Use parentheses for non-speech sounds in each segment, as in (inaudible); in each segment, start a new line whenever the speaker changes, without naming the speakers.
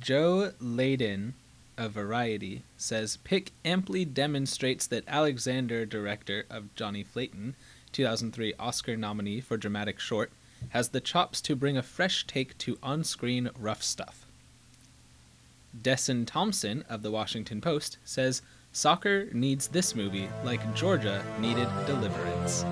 Joe Layden of Variety says Pick amply demonstrates that Alexander, director of Johnny Flayton, 2003 Oscar nominee for dramatic short, has the chops to bring a fresh take to on screen rough stuff. Desson Thompson of The Washington Post says soccer needs this movie like Georgia needed
(laughs)
deliverance.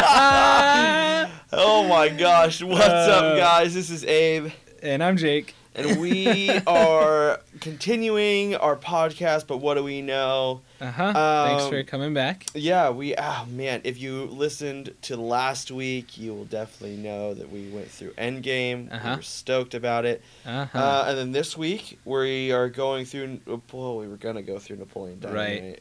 Yeah. oh my gosh. What's up,
Uh,
guys? This is Abe.
And I'm Jake. (laughs)
And we are continuing our podcast, but what do we know?
Uh huh. Thanks for
Um,
coming back.
Yeah, we. Oh, man. If you listened to last week, you will definitely know that we went through Endgame.
Uh-huh.
We were stoked about it.
Uh-huh.
Uh, and then this week, we are going through. Well, we were going to go through Napoleon Dynamite.
Right.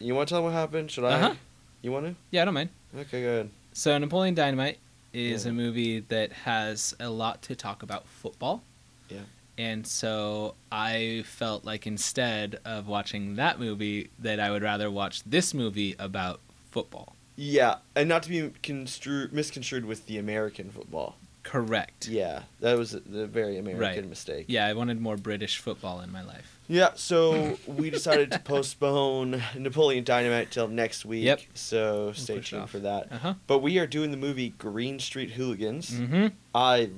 You want to tell them what happened? Should
Uh-huh.
I? You want
yeah, I don't mind.
to? Okay, good.
So Napoleon Dynamite is
Yeah.
a movie that has a lot to talk about football.
Yeah.
And so I felt like instead of watching that movie that I would rather watch this movie about football.
Yeah, and not to be construed misconstrued with the American football.
Correct.
Yeah, that was the very American
Right.
mistake.
Yeah, I wanted more British football in my life.
Yeah, so we decided to (laughs) postpone Napoleon Dynamite till next week.
Yep.
So stay
push it
tuned
off.
for that.
Uh-huh.
But we are doing the movie Green Street Hooligans.
Mhm.
I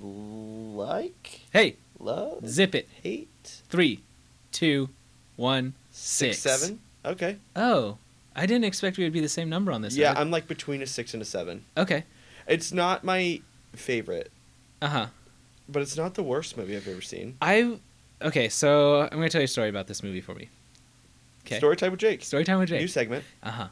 like,
Hey,
love,
zip it.
hate,
Three, two, one, six.
six, seven. Okay.
Oh, I didn't expect we would be the same number on this.
yeah,
I
I'm like between a six and a seven.
would- okay.
It's not my favorite,
Uh-huh.
but it's not the worst movie I've ever seen.
I okay, so I'm gonna tell you a story about this movie for me. Okay.
Story time with Jake.
Story time with
New
Jake.
segment.
Uh huh.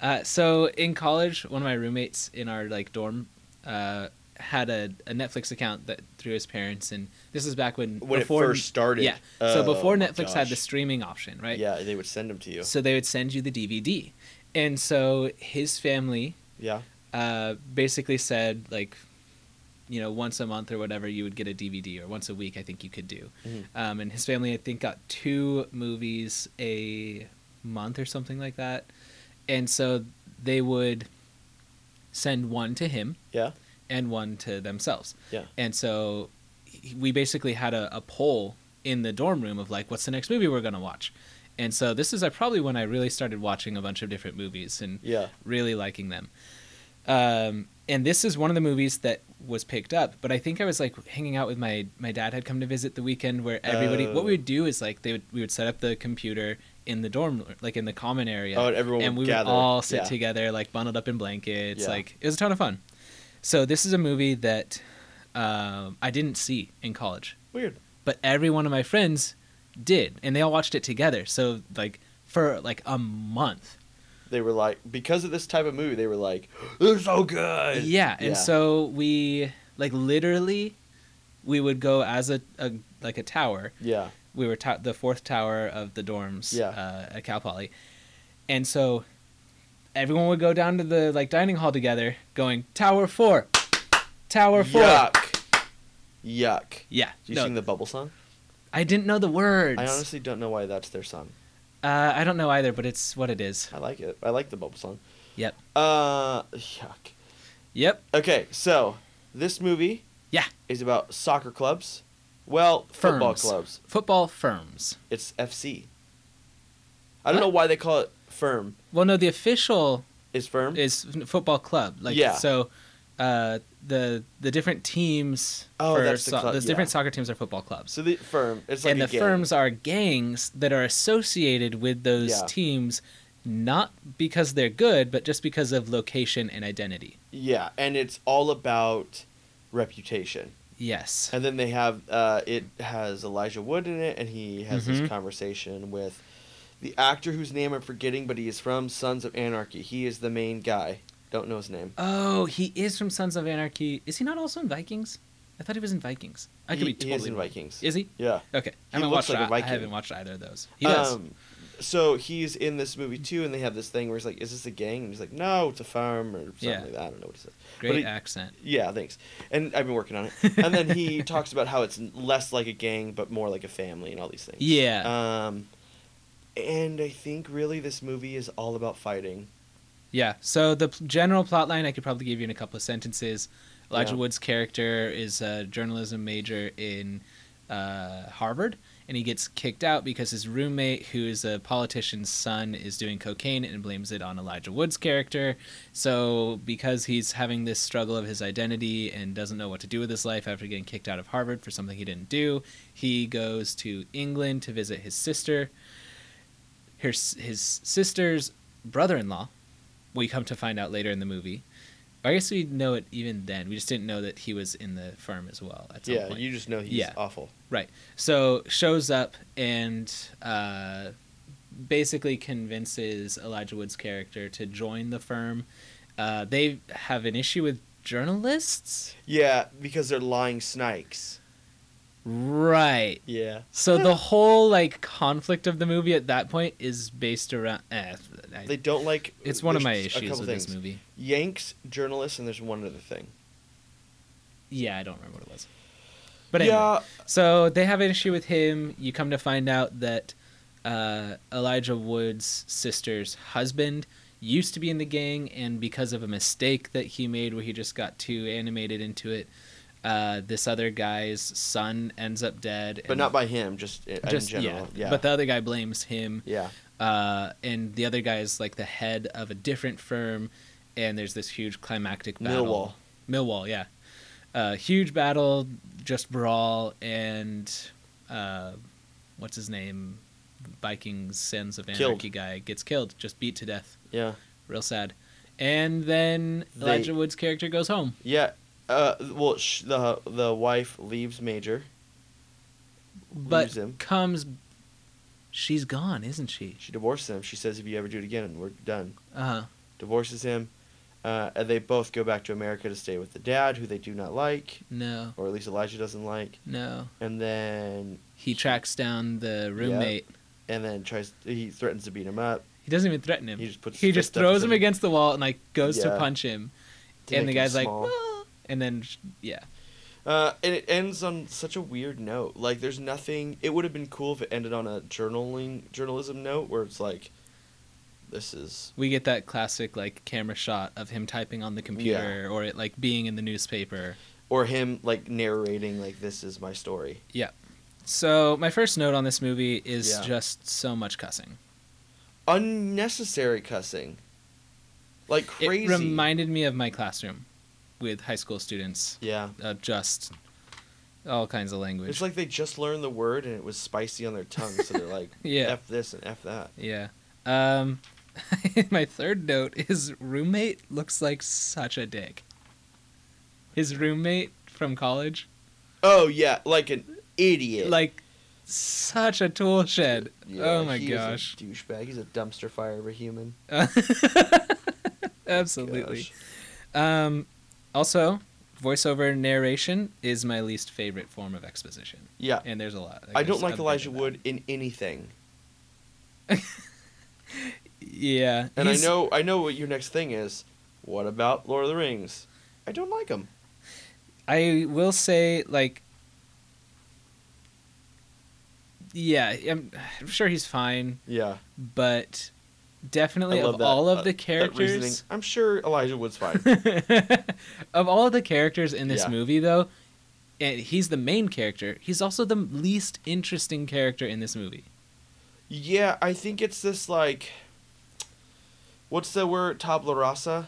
Uh, so in college, one of my roommates in our like dorm uh, had a, a Netflix account that through his parents, and this is back when
when
before
it first started.
Yeah. so
Oh,
before
my
Netflix had the
gosh.
streaming option, right?
Yeah, they would send them to you.
So they would send you the DVD, and so his family
Yeah.
uh, basically said like you know once a month or whatever you would get a dvd or once a week i think you could do
Mhm.
um, and his family i think got two movies a month or something like that and so they would send one to him
Yeah.
and one to themselves
Yeah.
and so he- we basically had a, a poll in the dorm room of like what's the next movie we're going to watch and so this is uh, probably when i really started watching a bunch of different movies and
Yeah.
really liking them. Um, and this is one of the movies that was picked up. But I think I was like hanging out with my my dad had come to visit the weekend where everybody. what we
Oh.
would do is like they would we would set up the computer in the dorm like in the common area.
Oh, and everyone
and
would
we
gather.
would all sit
Yeah.
together like bundled up in blankets.
Yeah.
Like it was a ton of fun. So this is a movie that um, I didn't see in college
Weird.
but every one of my friends did and they all watched it together so like for like a month
They were like, because of this type of movie, they were like, "It's so good."
yeah and
Yeah.
so we like literally we would go as a, a like a tower
Yeah.
we were ta- the fourth tower of the dorms
Yeah.
uh, at cal poly and so everyone would go down to the like dining hall together going tower four tower four
Yuck. Yuck.
yeah
Do you
no,
sing the bubble song?
i didn't know the words
I honestly don't know why that's their song.
uh, I don't know either but it's what it is
I like it. I like the bubble song.
Yep.
Uh, yuck.
yep
Okay, so this movie.
Yeah.
Is about soccer clubs. Well, football
Firms.
clubs.
football firms
It's FC. I don't
What?
know why they call it firm.
Well, no, the official
Is firm?
is f- football club. Like
Yeah.
so, uh, the the different teams.
Oh,
for
that's the club,
those different
yeah.
soccer teams are football clubs,
so the firm. It's like
and
a
the
gang.
firms are gangs that are associated with those
Yeah.
teams, not because they're good, but just because of location and identity.
Yeah, and it's all about reputation.
Yes.
And then they have uh, it has Elijah Wood in it, and he has
Mhm.
this conversation with the actor whose name I'm forgetting, but he is from Sons of Anarchy. He is the main guy. Don't know his name.
Oh, he is from Sons of Anarchy. Is he not also in Vikings? I thought he was in Vikings. I could be
he, he
totally.
is in
wrong.
Vikings.
Is he?
yeah.
Okay. I
He
haven't
looks
watched.
like a
I- I
Viking. Um,
haven't watched either of those. He does.
so he's in this movie too, and they have this thing where he's like, "Is this a gang?" And he's like, "No, it's a farm or something
Yeah.
like that." I don't know what it says.
Great
he-
accent.
Yeah, thanks. And I've been working
(laughs)
on it. And then he talks about how it's less like a gang but more like a family and all these things.
Yeah.
Um, and I think really this movie is all about fighting.
Yeah. So the p- general plot line I could probably give you in a couple of sentences. Elijah
Yeah.
Wood's character is a journalism major in uh, Harvard, and he gets kicked out because his roommate, who is a politician's son, is doing cocaine and blames it on Elijah Wood's character. So because he's having this struggle of his identity and doesn't know what to do with his life after getting kicked out of Harvard for something he didn't do, he goes to England to visit his sister. His, his sister's brother-in-law we come to find out later in the movie. I guess we know it even then. We just didn't know that he was in the firm as well at some
yeah,
point.
you just know he's
Yeah.
awful.
so shows up and uh, basically convinces Elijah Wood's character to join the firm. Uh, they have an issue with journalists,
Yeah, because they're lying snakes.
right?
Yeah.
So the whole like conflict of the movie at that point is based around. Eh, I-
They don't like.
it's one of my
there's a
issues
couple
with
things.
this movie.
Yanks, journalists, and there's one other thing.
Yeah, I don't remember what it was. But anyway.
yeah,
So they have an issue with him. You come to find out that uh, Elijah Wood's sister's husband used to be in the gang, and because of a mistake that he made where he just got too animated into it, uh, this other guy's son ends up dead.
but
and
not by him. Just, i-
just
in general.
yeah.
Yeah.
But the other guy blames him,
yeah.
uh, and the other guy is like the head of a different firm, and there's this huge climactic battle.
Millwall.
Millwall, yeah. Uh, huge battle, just brawl, and uh, what's his name? Vikings Sins of
Killed.
Anarchy guy gets killed, just beat to death.
Yeah.
Real sad. And then
They-
Elijah Wood's character goes home.
Yeah. Uh, well, sh- the the wife leaves Major.
But
Leaves him.
comes. She's gone, isn't she?
She divorces him. She says, "If you ever do it again, we're done."
Uh huh.
Divorces him. Uh, and they both go back to America to stay with the dad, who they do not like,
No,
or at least Elijah doesn't like.
no.
And then
He tracks down the roommate.
and then tries. He threatens to beat him up.
He doesn't even threaten him.
He just puts
he
his
just
fist up
throws
to
him
him.
against the wall and like goes to
Yeah.
punch him,
to
and the
make him
guy's like,
small.
"Ah," and then sh- yeah,
Uh, and it ends on such a weird note. Like, there's nothing. It would have been cool if it ended on a journaling journalism note where it's like, this is
we get that classic like camera shot of him typing on the computer or it like being in the newspaper.
or him like narrating like this is my story.
So my first note on this movie is
Yeah.
just so much cussing.
Unnecessary cussing. Like crazy.
It reminded me of my classroom with high school students
yeah.
of just all kinds of language.
It's like they just learned the word and it was spicy on their tongue, so they're like,
(laughs) yeah,
"F this" and "F that."
yeah. Um, (laughs) my third note is roommate looks like such a dick. His roommate from college,
Oh yeah, like an idiot.
like such a tool shed.
Yeah,
oh my
he is a
gosh. (laughs)
douchebag. He's a dumpster fire of a human.
Uh, Absolutely.
Gosh.
Um, also, voiceover narration is my least favorite form of exposition,
Yeah.
and there's a lot.
I
there's
don't like
a big
Elijah
amount.
Wood in anything.
Yeah,
And
he's-
I know I know what your next thing is. What about Lord of the Rings? I don't like him.
I will say like. Yeah, I'm, I'm sure he's fine,
Yeah.
but definitely
I love
of
that-
all
uh,
of the
that reasoning.
characters,
I'm sure Elijah Wood's fine.
(laughs) of all of the characters in this
Yeah.
movie though and he's the main character he's also the least interesting character in this movie
yeah, I think it's this like what's the word tabla rasa?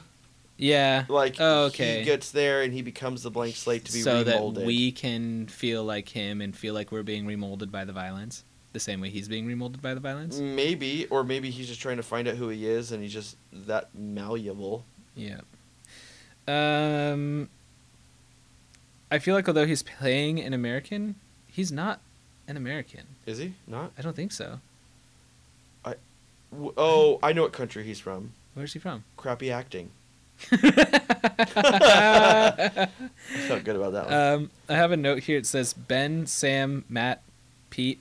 yeah
Like
Oh, okay.
he gets there and he becomes the blank slate to be
so
remolded.
that we can feel like him and feel like we're being remolded by the violence the same way he's being remolded by the
Mm.
violence
maybe or maybe he's just trying to find out who he is and he's just that malleable.
yeah um i feel like although he's playing an american he's not an american
Is he? Not?
i don't think so
W- Oh, I know what country he's from.
where's he from (laughs)
Crappy acting. I felt good about that one.
Um, I have a note here. It says Ben, Sam, Matt, Pete.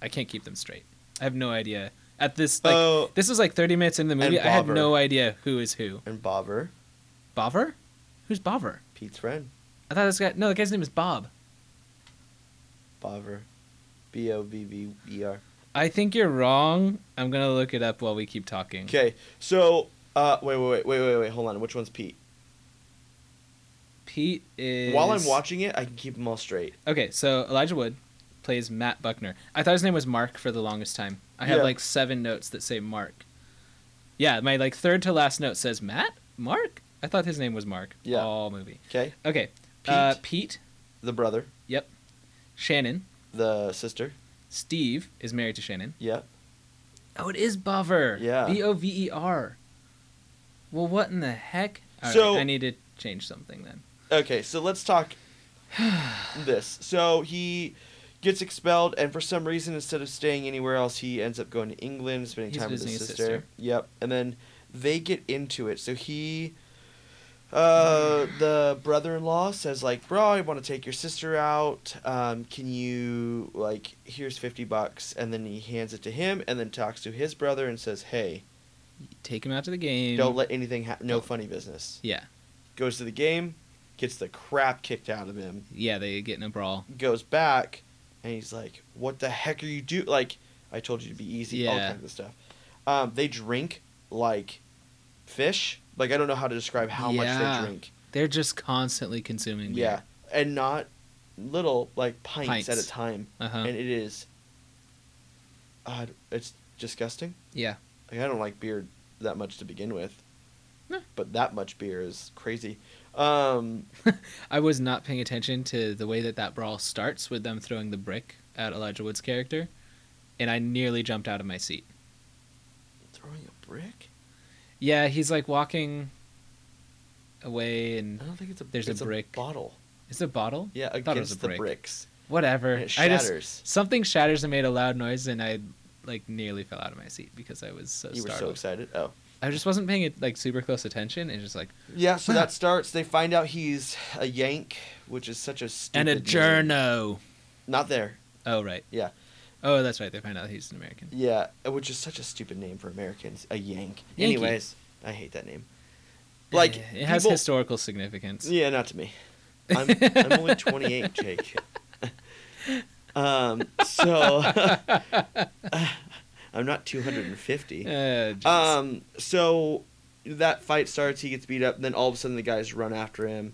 I can't keep them straight. I have no idea. At this, like,
oh,
this was like 30 minutes in the movie. I had
Bobber.
no idea who is who.
and Bobber,
Bover? Who's Bover?
Pete's friend.
I thought this guy. No, the guy's name is Bob.
Bobber, B O B B E R.
Hmm. I think you're wrong. I'm gonna look it up while we keep talking.
Okay, so Uh, wait, wait, wait, wait, wait, wait. Hold on. Which one's Pete?
Pete is
While I'm watching it, I can keep them all straight.
Okay, so Elijah Wood plays Matt Buckner. I thought his name was Mark for the longest time. I have
Yeah.
like seven notes that say Mark. Yeah, my like third to last note says Matt Mark. I thought his name was Mark.
Yeah.
All movie.
Okay.
Okay.
Pete.
Uh, Pete,
The brother,
Shannon,
the sister.
Steve is married to Shannon.
Yeah.
Oh, it is Bover.
Yeah.
B O V E R. Well, what in the heck? All right,
So-
I need to change something then.
Okay, so let's talk (sighs) this. So he gets expelled, and for some reason, instead of staying anywhere else, he ends up going to England, spending
He's
time with
visiting
his
his
sister.
sister.
Yep, and then they get into it. So he, uh, the brother-in-law says like, "Bro, I want to take your sister out. Um, can you like, here's fifty bucks?" And then he hands it to him, and then talks to his brother and says, "Hey,
Take him out to the game.
don't let anything happen. No funny business."
Oh. Yeah.
Goes to the game, gets the crap kicked out of him
Yeah, they get in a brawl.
goes back and he's like, "What the heck are you do? Like, I told you to be easy, all
Yeah.
kinds of stuff." Um, they drink like fish. Like I don't know how to describe how much
Yeah.
they drink.
They're just constantly consuming beer.
Yeah, and not little like pints, at
Pints.
a time,
Uh-huh.
and it is. Uh, it's disgusting.
Yeah.
Like, I don't like beer that much to begin with,
No.
but that much beer is crazy. Um,
I was not paying attention to the way that that brawl starts with them throwing the brick at Elijah Wood's character, and I nearly jumped out of my seat.
throwing a brick?
Yeah, he's like walking away, and
I don't think it's a.
There's a
it's
brick.
bottle.
is it a bottle?
Yeah,
thought it was
against
a
the
brick.
bricks.
Whatever.
And it
I just
shatters.
something shatters and made a loud noise, and I like nearly fell out of my seat because I was so
you were so
startled.
excited. Oh.
I just wasn't paying it like super close attention, and just like
Yeah,
(sighs)
so that starts. They find out he's a Yank, which is such a stupid
and a
name.
journo.
Not there.
Oh right.
Yeah.
Oh, that's right. They find out he's an American.
Yeah, which is such a stupid name for Americans. A Yank.
Yankee.
Anyways, I hate that name. Like
Eh, it has
people-
historical significance.
(laughs) Yeah, not to me. I'm, I'm
(laughs)
only 28, Jake. um, so (laughs) I'm not 250.
Uh, jeez.
Um, so that fight starts. He gets beat up. And then all of a sudden, the guys run after him.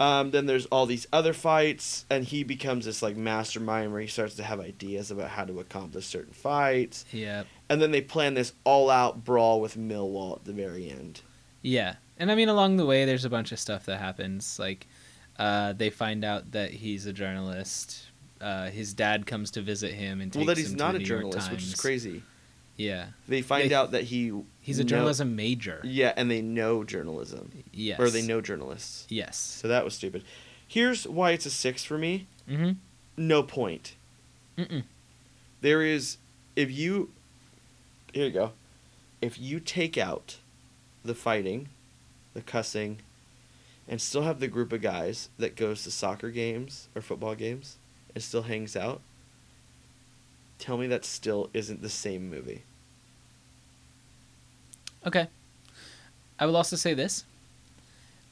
Um, then there's all these other fights, and he becomes this like mastermind where he starts to have ideas about how to accomplish certain fights.
yeah.
And then they plan this all-out brawl with Millwall at the very end.
Yeah. And I mean, along the way, there's a bunch of stuff that happens. Like, uh, they find out that he's a journalist. Uh, his dad comes to visit him and takes
well, that he's
him
not
to
a
the New York
journalist, which is
Times.
crazy.
Yeah.
They find
They-
out that he
He's a
know-
journalism major.
Yeah, and they know journalism,
Yes.
or they know journalists.
Yes.
So that was stupid. Here's why it's a six for me.
Mm-hmm.
No point.
Mm-mm.
there is if you here you go if you take out the fighting the cussing and still have the group of guys that goes to soccer games or football games and still hangs out tell me that still isn't the same movie
Okay. I will also say this.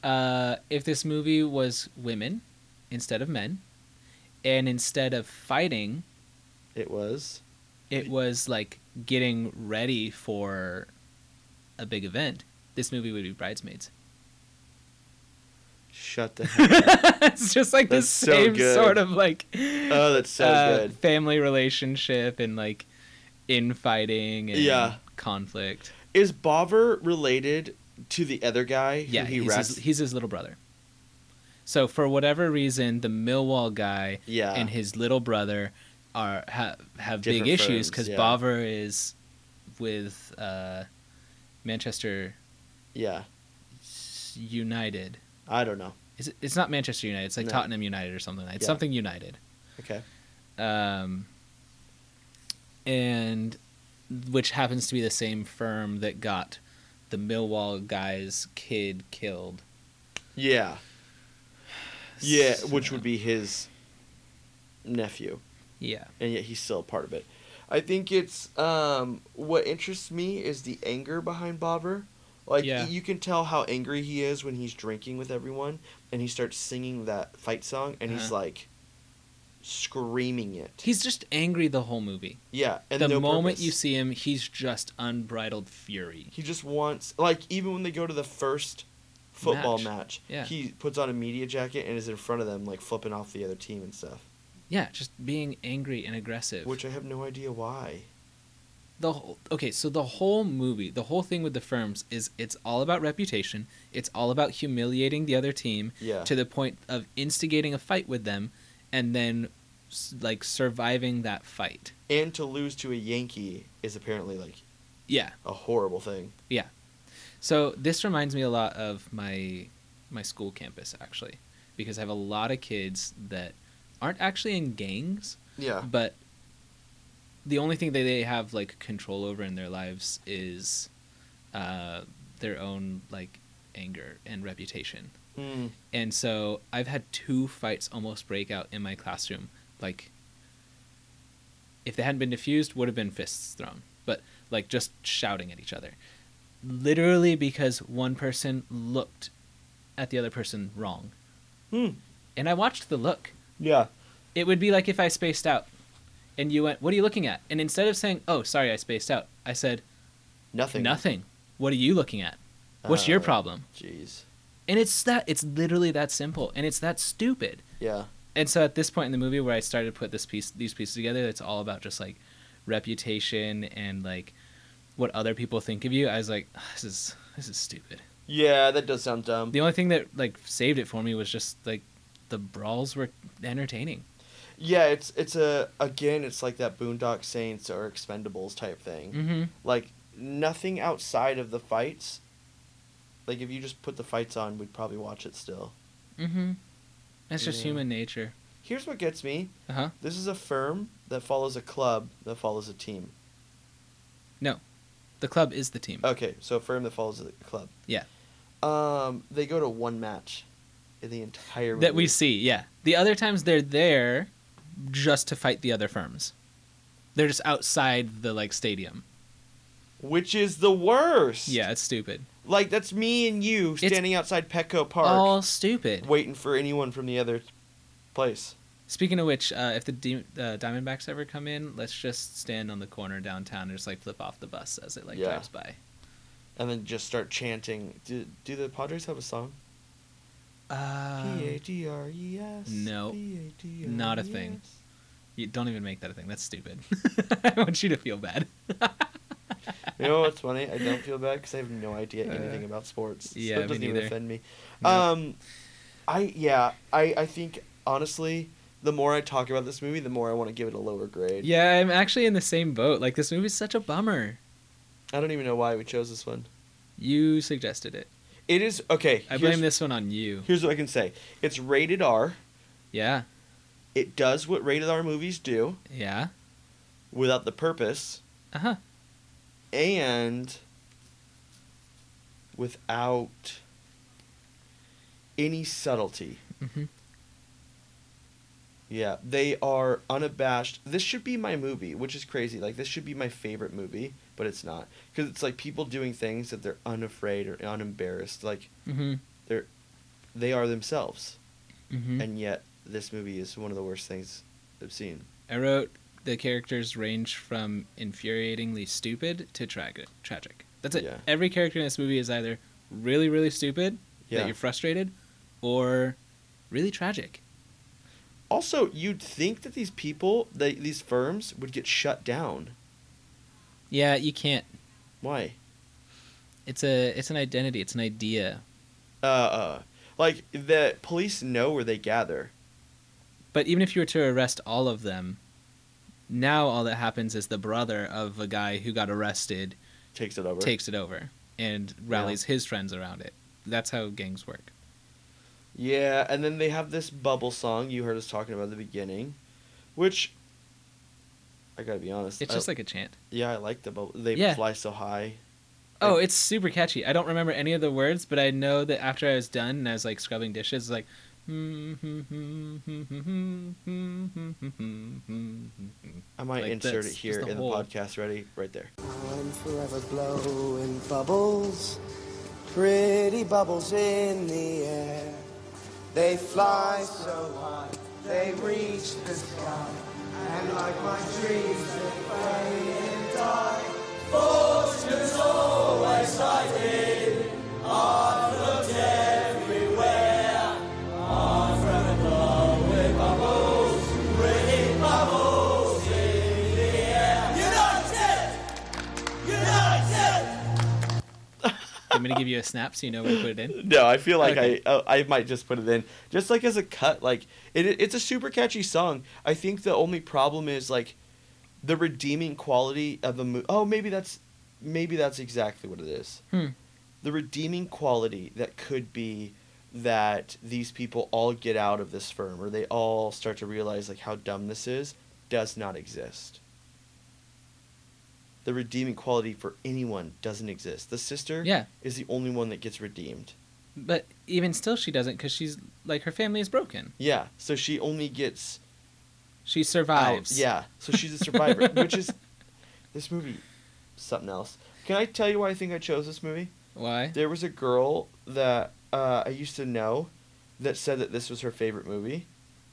Uh, if this movie was women instead of men, and instead of fighting,
it was
it was like getting ready for a big event, this movie would be
(laughs)
Bridesmaids.
shut the heck up.
it's just like
That's
the
so
same
good.
sort of like
oh (laughs) that's so
uh,
good
family relationship and like infighting and
Yeah.
conflict.
is bobber related to the other guy who
Yeah,
he
he's,
rats-
his, he's his little brother. So for whatever reason, the Millwall guy
yeah
and his little brother are have have big
Different
issues
firms,
because
yeah.
Bover is with uh, Manchester
yeah
United.
i don't know
Is it, it's not Manchester United. It's like
No.
Tottenham United or something. It's
Yeah.
something United.
okay
Um, and which happens to be the same firm that got the Millwall guy's kid killed.
yeah Yeah, which
So-
would be his nephew,
yeah.
and yet he's still a part of it. I think it's um, what interests me is the anger behind Bobber. Like
Yeah.
you can tell how angry he is when he's drinking with everyone, and he starts singing that fight song, and he's
Uh-huh.
like, screaming it.
He's just angry the whole movie.
Yeah, and
the
no
moment
purpose.
you see him, he's just unbridled fury.
He just wants like even when they go to the first football
Match.
match,
Yeah.
he puts on a media jacket and is in front of them like flipping off the other team and stuff.
Yeah, just being angry and aggressive.
Which I have no idea why.
the whole, okay, so the whole movie, the whole thing with the firms is it's all about reputation. It's all about humiliating the other team
Yeah.
to the point of instigating a fight with them, and then s- like surviving that fight.
and to lose to a Yankee is apparently like
Yeah.
a horrible thing.
So this reminds me a lot of my my school campus actually, because I have a lot of kids that aren't actually in gangs,
Yeah.
but the only thing that they have like control over in their lives is uh, their own like anger and reputation
Mm.
and so i've had two fights almost break out in my classroom like if they hadn't been diffused would have been fists thrown but like just shouting at each other literally because one person looked at the other person wrong
Hmm.
and i watched the look
Yeah.
it would be like if I spaced out and you went, What are you looking at? And instead of saying, Oh, sorry, I spaced out, I said,
Nothing.
Nothing. What are you looking at? What's your
Uh,
problem?
Jeez.
And it's that, it's literally that simple and it's that stupid.
Yeah.
And so at this point in the movie where I started to put this piece, these pieces together, it's all about just like reputation and like what other people think of you. I was like, "Ah, This is, this is stupid.
Yeah, that does sound dumb.
The only thing that like saved it for me was just like the brawls were entertaining.
Yeah, it's it's a again, it's like that Boondock Saints or Expendables type thing.
Mm-hmm.
Like nothing outside of the fights. Like if you just put the fights on, we'd probably watch it still.
Mm-hmm. That's just
Yeah.
human nature.
Here's what gets me.
Uh huh.
This is a firm that follows a club that follows a team.
The club is the team.
Okay, so a firm that follows a club.
Yeah.
Um, they go to one match in the entire
that we
movie.
see, yeah. The other times they're there just to fight the other firms. They're just outside the like stadium.
which is the worst.
Yeah, it's stupid.
Like that's me and you
It's
standing outside Petco Park
All stupid.
waiting for anyone from the other place.
Speaking of which, uh, if the D- uh, Diamondbacks ever come in, let's just stand on the corner downtown and just like flip off the bus as it like
Yeah.
drives by.
and then just start chanting. Do, do the Padres have a song?
Uh,
P A D R E S.
no.
P-A-D-R-E-S.
Not a
E
thing. (laughs) you don't even make that a thing. That's stupid. (laughs) I want you to feel bad.
You know what's funny? I don't feel bad because I have no idea
Uh,
anything about sports. so
yeah,
it
me
doesn't even
neither.
offend me.
No.
Um, I yeah, I I think honestly, the more I talk about this movie, the more I want to give it a lower grade.
yeah, I'm actually in the same boat. Like this movie's such a bummer.
I don't even know why we chose this one.
You suggested it.
It is okay.
I blame
here's-
this one on you.
Here's what I can say. It's rated R.
Yeah.
It does what rated R movies do
Yeah.
without the purpose.
Uh huh.
and without any subtlety.
hmm
Yeah, they are unabashed. This should be my movie, which is crazy. Like this should be my favorite movie, but it's not because it's like people doing things that they're unafraid or unembarrassed. Like
hmm
they are themselves,
hmm
and yet this movie is one of the worst things I've seen.
I wrote the characters range from infuriatingly stupid to tragic. Tragic. That's it.
Yeah.
Every character in this movie is either really, really stupid that
Yeah.
you're frustrated, or really tragic.
Also, you'd think that these people, the, these firms, would get shut down.
Yeah, you can't.
Why?
It's a. It's an identity. It's an idea.
uh, uh like the police know where they gather
But even if you were to arrest all of them, now all that happens is the brother of a guy who got arrested
takes it over
takes it over and rallies his friends around it. That's how gangs work.
yeah and then they have this bubble song you heard us talking about at the beginning which i gotta be honest
It's
I-
just like a chant.
yeah i like the bubble they
Yeah.
fly so high
Oh, it's super catchy. I don't remember any of the words, but I know that after I was done and I was like scrubbing dishes, it's like.
i might
Like,
insert
that's
it
just
here
the
in
whole-
the podcast ready right there
I'm forever blowing bubbles, pretty bubbles in the air. They fly so high, they reached the sky. And like my dreams, they fade and die.
I'm gonna give you a snap so you know where to put it in.
No, I feel like
Okay.
I uh, I might just put it in just like as a cut. Like it, it's a super catchy song. I think the only problem is like the redeeming quality of the movie. Oh, maybe that's maybe that's exactly what it is.
Hmm.
The redeeming quality that could be that these people all get out of this firm or they all start to realize like how dumb this is does not exist. The redeeming quality for anyone doesn't exist. The sister
Yeah,
is the only one that gets redeemed.
but even still, she doesn't because she's like her family is broken.
Yeah, so she only gets
She
out.
survives.
Yeah, so she's
(laughs)
a survivor, which is this movie something else. Can I tell you why I think I chose this movie?
Why?
There was a girl that uh, I used to know that said that this was her favorite movie,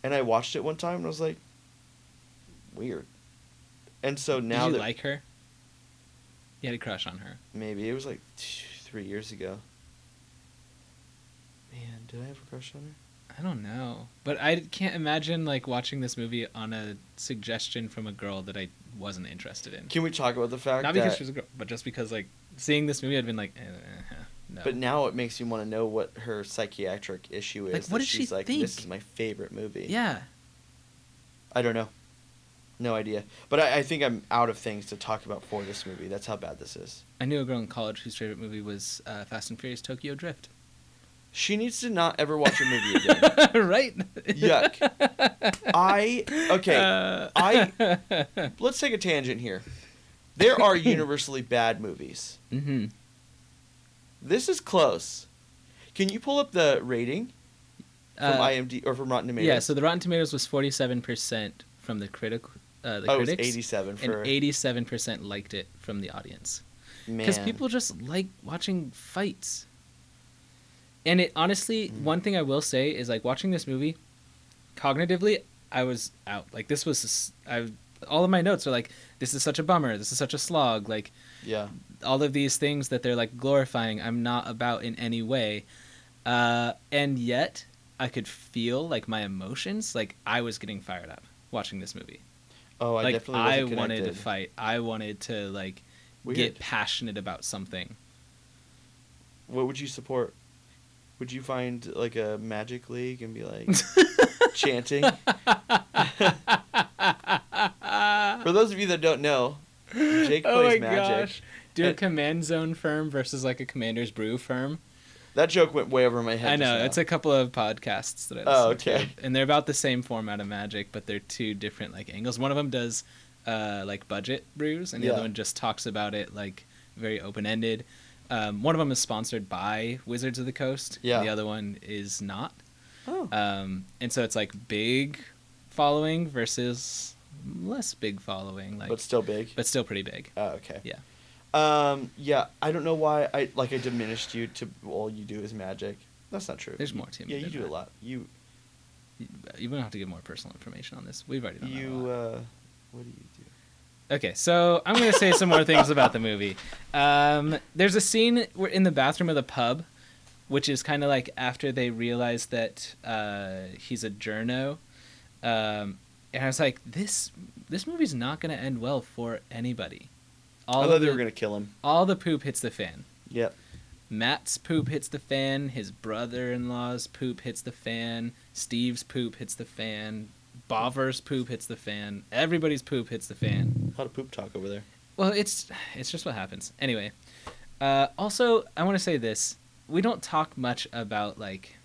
and I watched it one time and I was like, weird. And so now
Did you
that
like her? You had a crush on her.
maybe it was like t- three years ago. Man, did I have a crush on her?
I don't know, but I can't imagine like watching this movie on a suggestion from a girl that I wasn't interested in.
Can we talk about the fact
Not because
that
she was a girl, but just because like seeing this movie, I'd been like, eh, eh, eh, no.
But now it makes me want to know what her psychiatric issue is.
Like,
that
what does she
she's like, this
think?
is my favorite movie.
yeah,
I don't know. No idea. But I, I think I'm out of things to talk about for this movie. That's how bad this is.
I knew a girl in college whose favorite movie was uh, Fast and Furious Tokyo Drift.
She needs to not ever watch a
(laughs)
movie again.
right?
Yuck. I okay.
Uh, (laughs)
I- Let's take a tangent here. There
(laughs)
are universally bad movies.
hmm
This is close. Can you pull up the rating from
Uh,
IMD or from Rotten Tomatoes?
Yeah, so the Rotten Tomatoes was forty-seven percent from the critic, uh, the
oh, it's
critics,
87 for
and eighty-seven percent liked it from the audience. Because
man.
people just like watching fights. And it honestly,
Mm.
one thing I will say is like watching this movie, cognitively, I was out. Like this was, s- I all of my notes are like, this is such a bummer. This is such a slog. Like
yeah.
all of these things that they're like glorifying i'm not about in any way uh, and yet i could feel like my emotions like i was getting fired up watching this movie
Oh, I
like
definitely wasn't
wanted to
connected.
fight i wanted to like
Weird.
get passionate about something
what would you support? Would you find like a magic league and be
(laughs)
like chanting? For those of you that don't know, Jake plays magic.
Oh do a
It-
command zone firm versus like a commander's brew firm
That joke went way over my head.
i
just
know
now.
it's a couple of podcasts that i
Oh,
listen to,
okay.
and they're about the same format of magic but they're two different like angles one of them does uh, like budget brews and the
Yeah.
other one just talks about it like very open-ended um, one of them is sponsored by wizards of the coast
Yeah.
the other one is not
Oh.
um, and so it's like big following versus less big following like
but still big.
but still pretty big
Oh, okay.
Yeah.
Um. Yeah. I don't know why I like I diminished you to all you do is magic. That's not true.
There's more to me
Yeah, you
than
do a
that.
lot. You
you don't have to give more personal information on this we've already done that a lot.
you uh, what do you do?
Okay, so I'm gonna say some more things about the movie. Um, there's a scene where in the bathroom of the pub, which is kind of like after they realize that uh, he's a journo, um, and I was like, this this movie's not gonna end well for anybody. All
I thought
of
they
the,
were gonna kill him.
all the poop hits the fan.
Yep.
Matt's poop hits the fan. His brother-in-law's poop hits the fan. Steve's poop hits the fan. Bover's poop hits the fan. Everybody's poop hits the fan.
A lot of poop talk over there.
Well, it's it's just what happens. Anyway, uh, also I want to say this: we don't talk much about like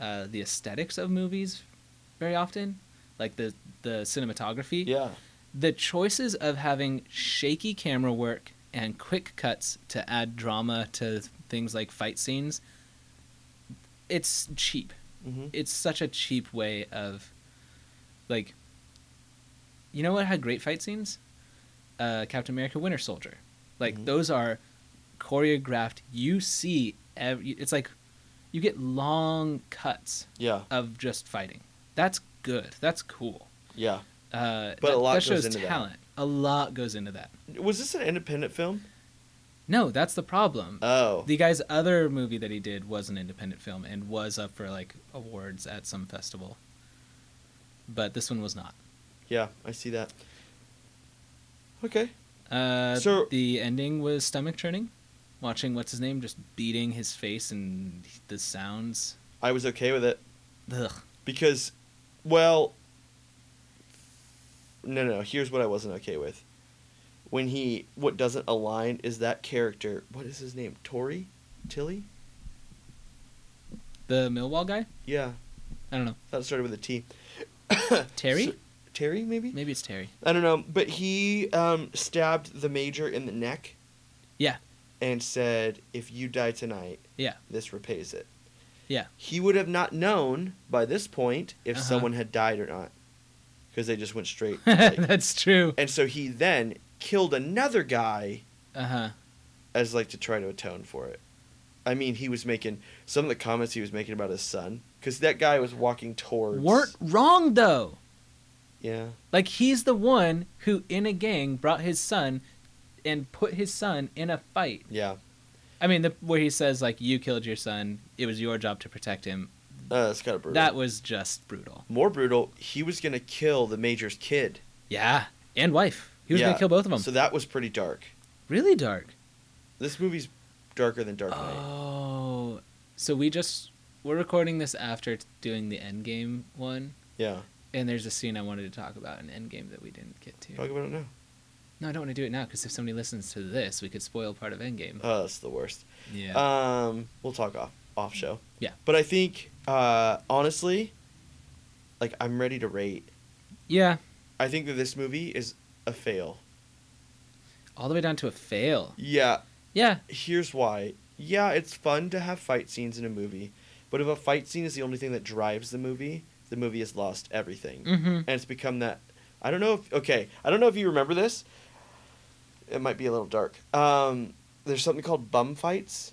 uh, the aesthetics of movies very often, like the the cinematography.
Yeah.
The choices of having shaky camera work and quick cuts to add drama to things like fight scenes. It's cheap
hmm
it's such a cheap way of like you know what had great fight scenes uh, captain america winter soldier like
Mhm.
those are choreographed you see every, it's like you get long cuts
Yeah.
of just fighting that's good. That's cool.
Yeah.
Uh,
But a lot
that
goes
shows
into that.
talent. A lot goes into that.
Was this an independent film?
No, that's the problem.
Oh.
the guy's other movie that he did was an independent film and was up for like awards at some festival. But this one was not.
yeah, I see that. Okay.
Uh,
So-
the ending was stomach churning. Watching what's his name just beating his face and the sounds.
I was okay with it
Ugh.
because, well, no, no. Here's what I wasn't okay with. When he what doesn't align is that character. What is his name? Tori, Tilly.
The Millwall guy?
Yeah,
I don't know.
that started with a T.
Terry?
So- Terry, maybe.
Maybe it's Terry. (laughs)
I don't know, but he um, stabbed the major in the neck.
Yeah.
And said, "If you die tonight,
Yeah.
this repays it."
Yeah.
He would have not known by this point if
Uh-huh.
someone had died or not, because they just went
(laughs)
straight. like-
That's true.
and so he then killed another guy
Uh huh.
as like to try to atone for it. I mean, he was making some of the comments he was making about his son, because that guy was walking towards.
Weren't wrong though.
Yeah.
Like he's the one who in a gang brought his son and put his son in a fight.
Yeah.
I mean, the, where he says like you killed your son, it was your job to protect him.
Uh, that's kind of brutal.
That was just brutal.
More brutal, he was gonna kill the major's kid.
Yeah, and wife. He was
Yeah.
gonna kill both of them.
So that was pretty dark.
really dark.
This movie's darker than Dark Knight.
Oh, so we just we're recording this after t- doing the Endgame one,
yeah.
and there's a scene I wanted to talk about in Endgame that we didn't get to.
Talk about it now.
No, I don't want to do it now because if somebody listens to this, we could spoil part of Endgame.
Oh, that's the worst.
yeah.
Um, we'll talk off off show.
Yeah.
But I think uh, honestly, like I'm ready to rate.
yeah.
I think that this movie is a fail.
All the way down to a fail.
Yeah.
Yeah.
Here's why. Yeah, it's fun to have fight scenes in a movie, but if a fight scene is the only thing that drives the movie, the movie has lost everything.
Mm-hmm.
and it's become that i don't know if okay i don't know if you remember this it might be a little dark um, there's something called bum fights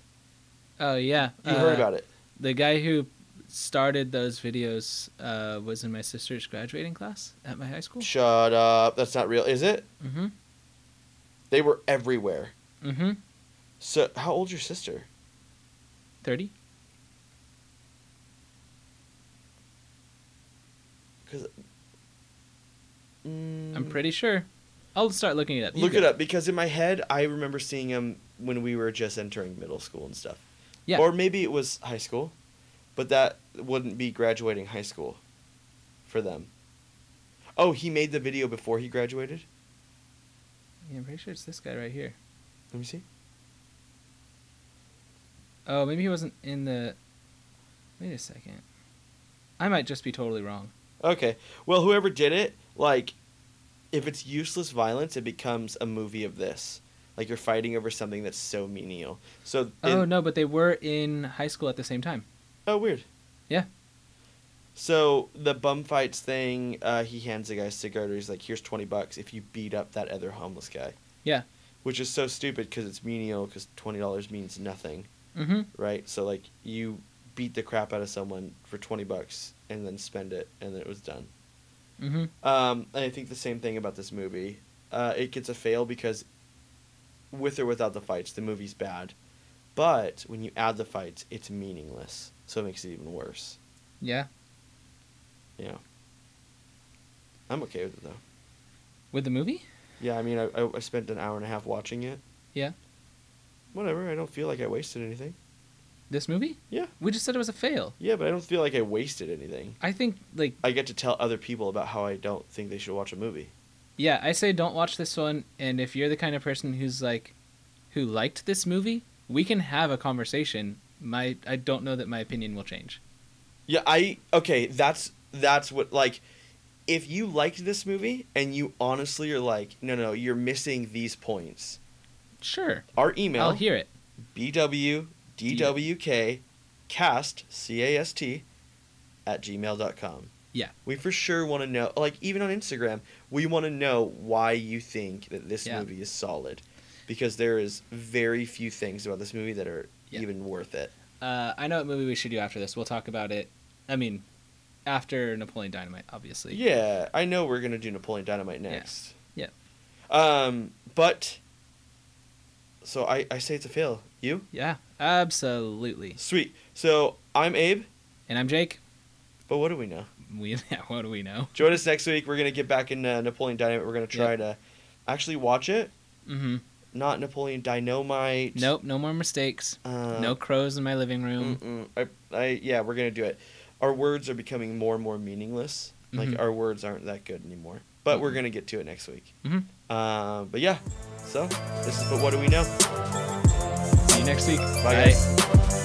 Oh yeah.
you heard about it
The guy who started those videos uh, was in my sister's graduating class at my high school.
shut up that's not real is it
Mm-hmm.
they were everywhere
Mm-hmm.
so how old's your sister
Thirty.
because mm,
I'm pretty sure. I'll start looking it up. You
look
go.
it up because in my head i remember seeing him when we were just entering middle school and stuff
Yeah.
or maybe it was high school but that wouldn't be graduating high school for them oh he made the video before he graduated
Yeah, I'm pretty sure it's this guy right here.
Let me see.
Oh, maybe he wasn't in the. Wait a second. I might just be totally wrong.
Okay. Well, whoever did it, like, if it's useless violence, it becomes a movie of this. Like you're fighting over something that's so menial. So. in-
oh no, but they were in high school at the same time.
Oh, weird.
Yeah.
So the bum fights thing, uh, he hands the guy a cigarette. He's like, "Here's twenty bucks if you beat up that other homeless guy."
Yeah.
Which is so stupid because it's menial because twenty dollars means nothing,
Mm-hmm.
right? So like you beat the crap out of someone for twenty bucks and then spend it and then it was done.
Mm-hmm.
Um, and I think the same thing about this movie. Uh, it gets a fail because, with or without the fights, the movie's bad. But when you add the fights, it's meaningless. So it makes it even worse.
Yeah.
Yeah. I'm okay with it though.
With the movie?
Yeah, I mean, I, I, I spent an hour and a half watching it.
Yeah.
Whatever. I don't feel like I wasted anything.
This movie?
Yeah.
We just said it was a fail.
Yeah, but I don't feel like I wasted anything.
I think like
I get to tell other people about how I don't think they should watch a movie.
Yeah, I say don't watch this one. And if you're the kind of person who's like, who liked this movie, we can have a conversation. My, I don't know that my opinion will change.
Yeah, I okay, that's that's what like if you liked this movie and you honestly are like, no no, you're missing these points.
Sure,
Our email
I'll hear it.
BWDWK cast C A S T at gmail.com.
Yeah.
We for sure want to know like even on Instagram, we want to know why you think that this
Yeah.
movie is solid. Because there is very few things about this movie that are
Yeah.
even worth it.
Uh, I know what movie we should do after this. We'll talk about it. I mean, after Napoleon Dynamite, obviously.
Yeah, I know we're gonna do Napoleon Dynamite next.
Yeah.
Um, but so I I say it's a fail. You
Yeah, absolutely.
sweet. So I'm Abe,
And I'm Jake.
but what do we know?
We (laughs) what do we know?
Join us next week. We're gonna get back in uh, Napoleon Dynamite. We're gonna try
Yep.
to actually watch it,
Mm-hmm.
not Napoleon Dynamite.
Nope, no more mistakes.
Uh,
no crows in my living room.
Mm-mm. I, I yeah, we're gonna do it. Our words are becoming more and more meaningless.
Mhm.
Like our words aren't that good anymore. But we're
Mhm.
gonna get to it next week.
Mhm.
Uh, but yeah, so this is but what do we know?
See you next week.
Mm. Bye. guys.
Bye.